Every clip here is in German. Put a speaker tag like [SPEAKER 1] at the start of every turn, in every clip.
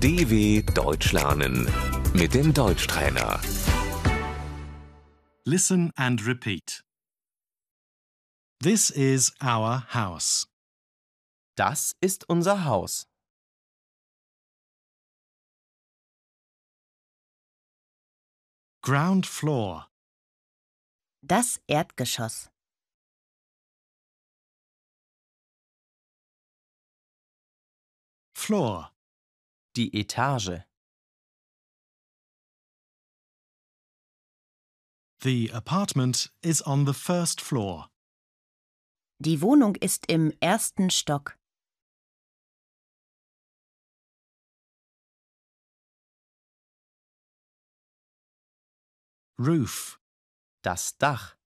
[SPEAKER 1] DW Deutsch lernen mit dem Deutschtrainer.
[SPEAKER 2] Listen and repeat. This is our house.
[SPEAKER 3] Das ist unser Haus.
[SPEAKER 2] Ground floor,
[SPEAKER 4] Das Erdgeschoss.
[SPEAKER 2] floor,
[SPEAKER 3] Die Etage.
[SPEAKER 2] the apartment is on the first floor.
[SPEAKER 4] Die Wohnung ist im ersten Stock.
[SPEAKER 2] Roof,
[SPEAKER 3] Das Dach.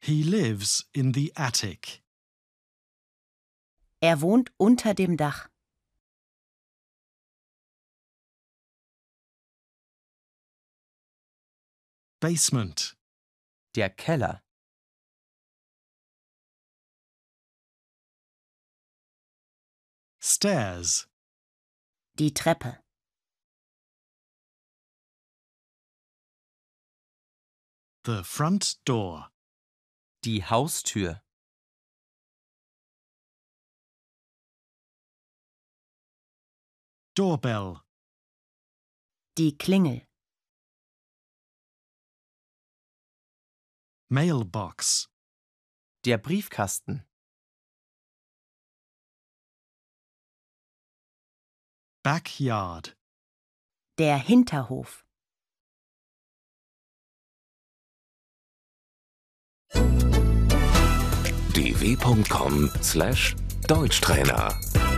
[SPEAKER 2] he lives in the attic.
[SPEAKER 4] Er wohnt unter dem Dach.
[SPEAKER 2] Basement,
[SPEAKER 3] Der Keller.
[SPEAKER 2] stairs,
[SPEAKER 4] Die Treppe.
[SPEAKER 2] the front door,
[SPEAKER 3] Die Haustür.
[SPEAKER 2] doorbell,
[SPEAKER 4] Die Klingel.
[SPEAKER 2] mailbox,
[SPEAKER 3] Der Briefkasten.
[SPEAKER 2] backyard,
[SPEAKER 4] Der Hinterhof.
[SPEAKER 1] dw.com/deutschtrainer